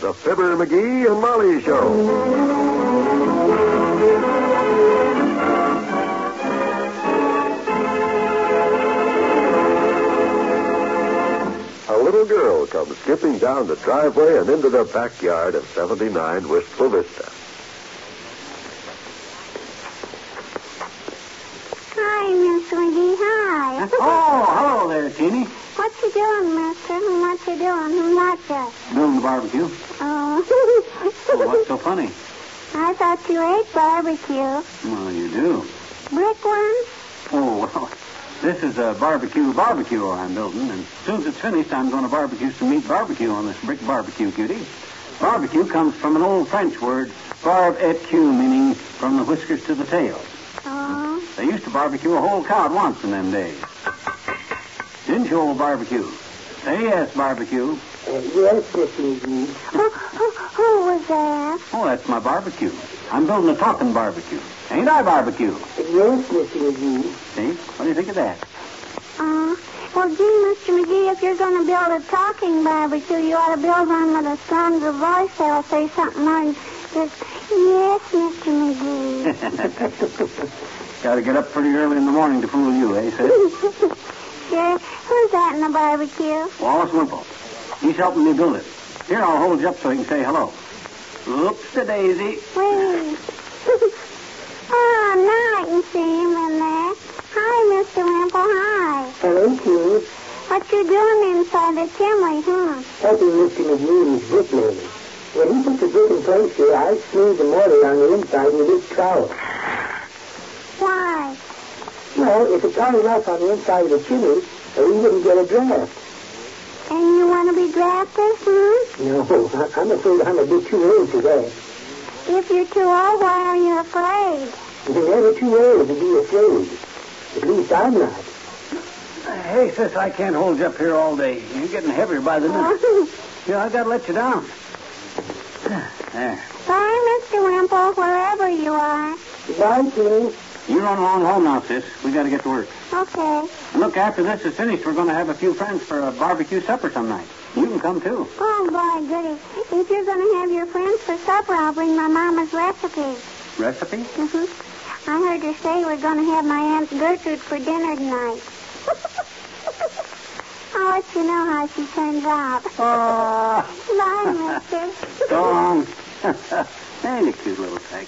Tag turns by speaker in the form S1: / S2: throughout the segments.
S1: The Fibber, McGee, and Molly Show. A little girl comes skipping down the driveway and into the backyard of 79 Wistful Vista.
S2: Hi, Miss McGee. Hi.
S3: Oh, hello there, Teeny.
S2: What you doing, Mister? What you doing? Who knocked you?
S3: Doing the barbecue?
S2: Oh.
S3: Well, what's so funny?
S2: I thought you ate barbecue.
S3: Well, you do.
S2: Brick one?
S3: Oh, well, this is a barbecue barbecue I'm building, and as soon as it's finished, I'm going to barbecue some meat barbecue on this brick barbecue, cutie. Barbecue comes from an old French word, barbe et queue, meaning from the whiskers to the tail.
S2: Oh.
S3: They used to barbecue a whole cow at once in them days. Didn't you, old barbecue? Say yes, barbecue.
S4: Yes, Miss McGee.
S2: Who, who, who was that?
S3: Oh, that's my barbecue. I'm building a talking barbecue. Ain't I barbecue?
S4: Yes, Miss McGee.
S3: See? What do you think of that?
S2: Oh. Well, gee, Mr. McGee, if you're going to build a talking barbecue, you ought to build one with a stronger voice that'll say something like this. Yes, Mr. McGee.
S3: Gotta get up pretty early in the morning to fool you, eh, Sid?
S2: sure. Who's that in the barbecue?
S3: Wallace Wimple. He's helping me build it. Here, I'll hold you up so you can say hello. Oops, a daisy.
S2: Wait. oh, now I can see him in there. Hi, Mr. Wimple. Hi.
S4: Hello, Teeny.
S2: What you doing inside the chimney, huh?
S4: Helping Mr. McGee's brick lady. When he put the brick in place here, I smeared the mortar on the inside with this trowel.
S2: Why?
S4: Well, if it's hard enough on the inside of the chimney, we wouldn't get a draft.
S2: And you want to be drafted, hmm?
S4: No, I- I'm afraid I'm a bit too old for that.
S2: If you're too old, why are you afraid?
S4: You're never too old to be afraid. At least I'm not.
S3: Hey, sis, I can't hold you up here all day. You're getting heavier by the minute. Yeah, I gotta let you down. There.
S2: Bye, Mr. Wimple, wherever you are.
S4: Goodbye, Teeny.
S3: You run along home now, sis. We gotta get to work.
S2: Okay.
S3: And look, after this is finished, we're gonna have a few friends for a barbecue supper some night. You can come too.
S2: Oh, boy, goody. If you're going to have your friends for supper, I'll bring my mama's recipe.
S3: Recipe?
S2: Mm-hmm. I heard her say we're going to have my Aunt Gertrude for dinner tonight. I'll let you know how she turns out.
S3: Ah,
S2: Bye, mister.
S3: go on. Ain't a cute little thing.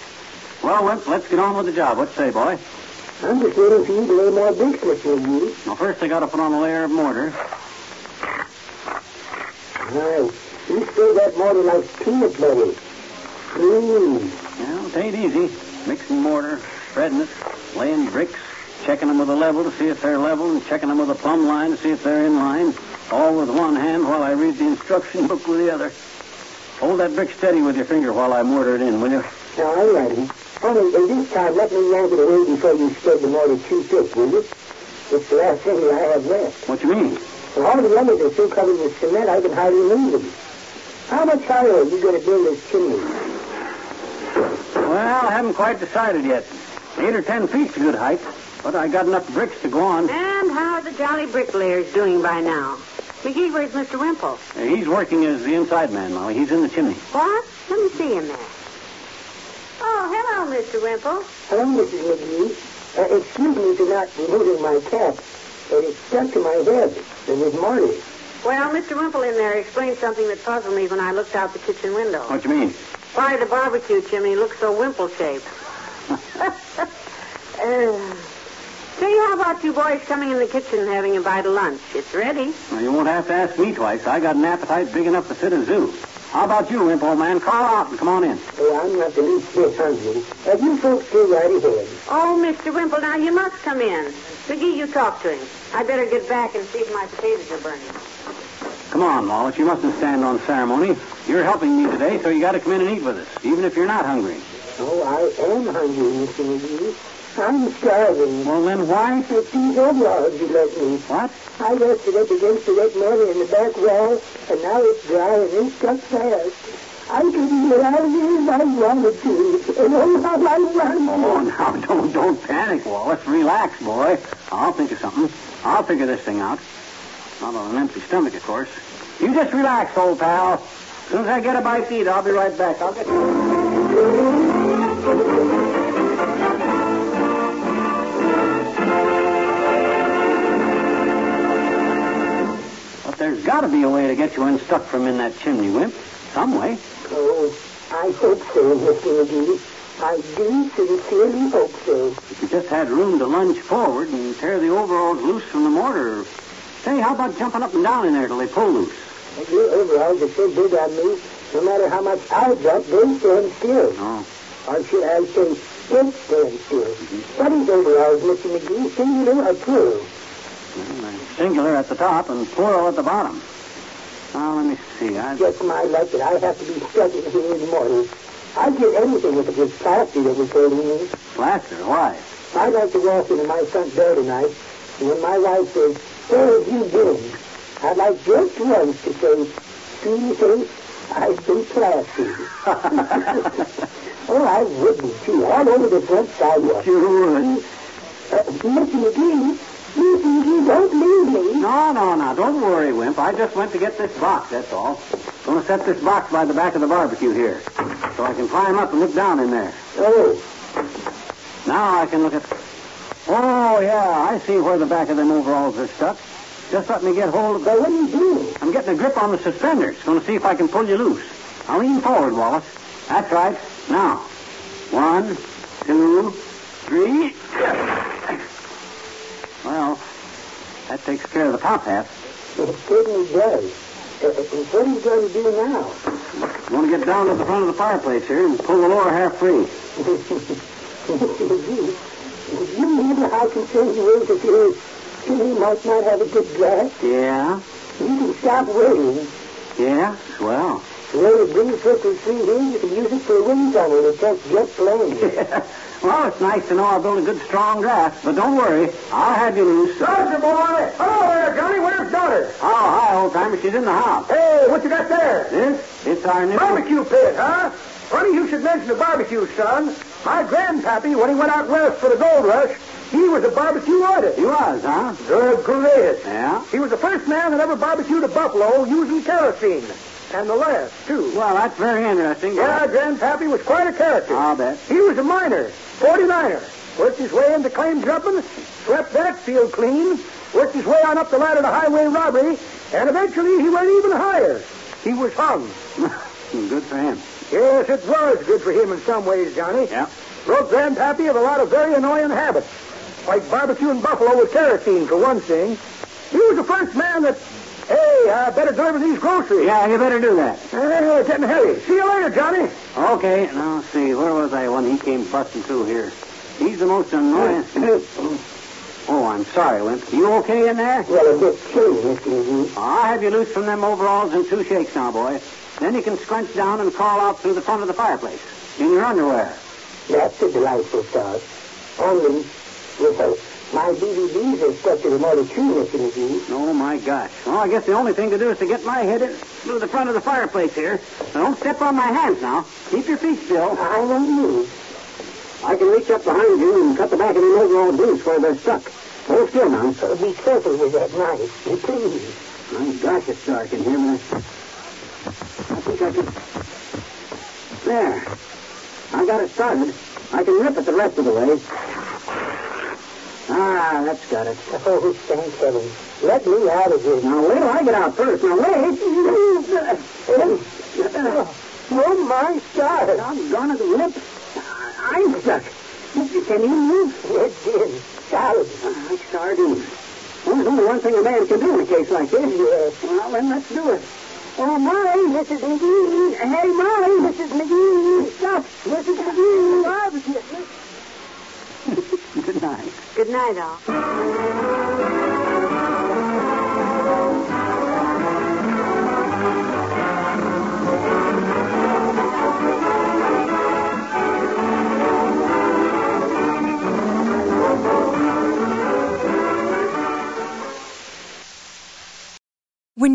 S3: Well, Wimp, let's get on with the job. What say, boy?
S4: I'm just waiting for you to lay more bricks, Mr. McGee.
S3: Well, first I gotta put on a layer of mortar.
S4: Nice. You stir that mortar like peanut butter. Mmm.
S3: Well, it ain't easy. Mixing mortar, spreading it, laying bricks, checking them with a level to see if they're level, and checking them with a plumb line to see if they're in line, all with one hand while I read the instruction book with the other. Hold that brick steady with your finger while I mortar it in, will you?
S4: Now, I'm ready. Only uh, this time, let me yank it away before you spread the mortar too thick, will you? It's the last thing I have left.
S3: What you mean?
S4: And all the others are so covered with cement, I can hardly move them. How much higher are you going to build this chimney?
S3: Well, I haven't quite decided yet. Eight or ten feet's a good height, but I got enough bricks to go on.
S5: And how are the Jolly Bricklayers doing by now? McGee, where's Mr. Wimple?
S3: He's working as the inside man, Molly. He's in the chimney.
S5: What? Let me see him there. Oh, hello, Mr. Wimple.
S4: Hello, Mrs. McGee. Uh, excuse me for not removing my cap. It stuck to my head. It was Marty.
S5: Well, Mr. Wimple in there explained something that puzzled me when I looked out the kitchen window.
S3: What you mean?
S5: Why the barbecue chimney looks so wimple shaped. uh, say, how about you boys coming in the kitchen and having a bite of lunch? It's ready.
S3: Well, you won't have to ask me twice. I got an appetite big enough to fit a zoo. How about you, Wimp, old man? Call out and come on in.
S4: Oh, I'm not the least bit hungry. Uh, you folks go right ahead.
S5: Oh, Mr. Wimple, now you must come in. McGee, you talk to him. I better get back and see if my potatoes are burning.
S3: Come on, Wallace. You mustn't stand on ceremony. You're helping me today, so you got to come in and eat with us, even if you're not hungry.
S4: Oh, I am hungry, Mr. McGee. I'm starving.
S3: Well, then why?
S4: If these overalls you let me.
S3: What?
S4: I rested up against the red mortar in the back wall, and now it's dry and it's stuck fast. I couldn't get out of here if I wanted to. And oh, how I wanted
S3: Oh,
S4: to.
S3: now don't don't panic, Wallace. Relax, boy. I'll think of something. I'll figure this thing out. Not on an empty stomach, of course. You just relax, old pal. As soon as I get a bite to eat, I'll be right back. I'll get you. But there's got to be a way to get you unstuck from in that chimney, Wimp. Some way.
S4: Oh, I hope so, Mr. McGee. I do sincerely hope so.
S3: If you just had room to lunge forward and tear the overalls loose from the mortar. Say, how about jumping up and down in there till they pull loose?
S4: And your overalls are so big on me, no matter how much I drop, they stand still.
S3: Oh.
S4: Or should I say, don't stand still. What is overalls, Mr. McGee? Singular or plural?
S3: Well, they're singular at the top and plural at the bottom. Now, let me see. I...
S4: Just my luck that I have to be stuck in here in the morning. I'd get anything if it was plastic that was holding me.
S3: Plaster, why?
S4: I'd like to walk into my front door tonight, and when my wife says, where have you been? I'd like just once to say, see you think I've been plastic. oh, I would be, too, all over the front sidewalk.
S3: You would.
S4: Uh, Mr. McGee, Mr. McGee, don't leave me.
S3: No, no, no. Don't worry, Wimp. I just went to get this box, that's all. Gonna set this box by the back of the barbecue here. So I can climb up and look down in there.
S4: Oh,
S3: Now I can look at. Oh, yeah, I see where the back of them overalls are stuck. Just let me get hold of
S4: well, what are you doing?
S3: I'm getting a grip on the suspenders. Going to see if I can pull you loose. I'll lean forward, Wallace. That's right. Now. One, two, three. Well, that takes care of the top hat.
S4: It certainly does. Uh, uh, what are you going to do now?
S3: You want to get down to the front of the fireplace here and pull the lower half free.
S4: you remember how concerned you were that your chimney might not have a good draft?
S3: Yeah?
S4: You can stop waiting.
S3: Yeah? Well.
S4: Well, it brings us to three days. You can use it for a wind tunnel. It just just land.
S3: well, it's nice to know I built a good strong draft, but don't worry. I'll have you loose.
S4: Dodger boy! Hello there, Johnny. Where's Daughter?
S3: Oh, hi, old timer. She's in the house.
S4: Hey, what you got there?
S3: This? It's our new...
S4: Barbecue pit, huh? Funny you should mention the barbecue, son. My grandpappy, when he went out west for the gold rush, he was a barbecue artist.
S3: He was, huh?
S4: Good great.
S3: Yeah?
S4: He was the first man that ever barbecued a buffalo using kerosene. And the last, too.
S3: Well, that's very interesting.
S4: Yeah, Grandpappy was quite a character.
S3: I'll bet.
S4: He was a miner, 49er. Worked his way into claim jumping, swept that field clean, worked his way on up the ladder to highway robbery, and eventually he went even higher. He was hung.
S3: Good for him.
S4: Yes, it was good for him in some ways, Johnny.
S3: Yeah.
S4: Wrote Grandpappy of a lot of very annoying habits, like barbecuing buffalo with kerosene, for one thing. He was the first man that, hey, I better deliver these groceries.
S3: Yeah, you better do that.
S4: Hey, getting heavy. See you later, Johnny.
S3: Okay, now let's see. Where was I when he came busting through here? He's the most annoying.
S4: Uh,
S3: oh, I'm sorry, Wimp. You okay in there?
S4: Well, a bit chilly, Mr. McGee.
S3: I'll have you loose from them overalls in two shakes now, boy. Then you can scrunch down and crawl out through the front of the fireplace in your underwear.
S4: That's a delightful thought. Only, well, my DVDs are stuck to the motor too, Mr. McGee.
S3: Oh, my gosh. Well, I guess the only thing to do is to get my head in through the front of the fireplace here. Now, don't step on my hands now. Keep your feet still.
S4: I know you.
S3: I can reach up behind you and cut the back of the overall loose where they're stuck. Hold still now.
S4: So be careful with that knife, you please.
S3: My gosh, it's dark in here, but I, I think I can. There. I got it started. I can rip it the rest of the way. Ah, that's got it.
S4: Oh, thank heaven. Let me out of here.
S3: Now, wait till I get out first. Now, wait.
S4: Oh, my stars.
S3: Doggone it, Rip. I'm stuck. Can you move? Ah,
S4: It's in. Solid.
S3: I sardines. Well, There's only one thing a man can do in a case like this.
S4: Yes.
S3: Well, then let's do it.
S2: Oh, Molly, Mrs. McGee. Hey, Molly, Mrs. McGee. Stop, Mrs. McGee.
S3: Good night.
S5: Good night, all.
S6: When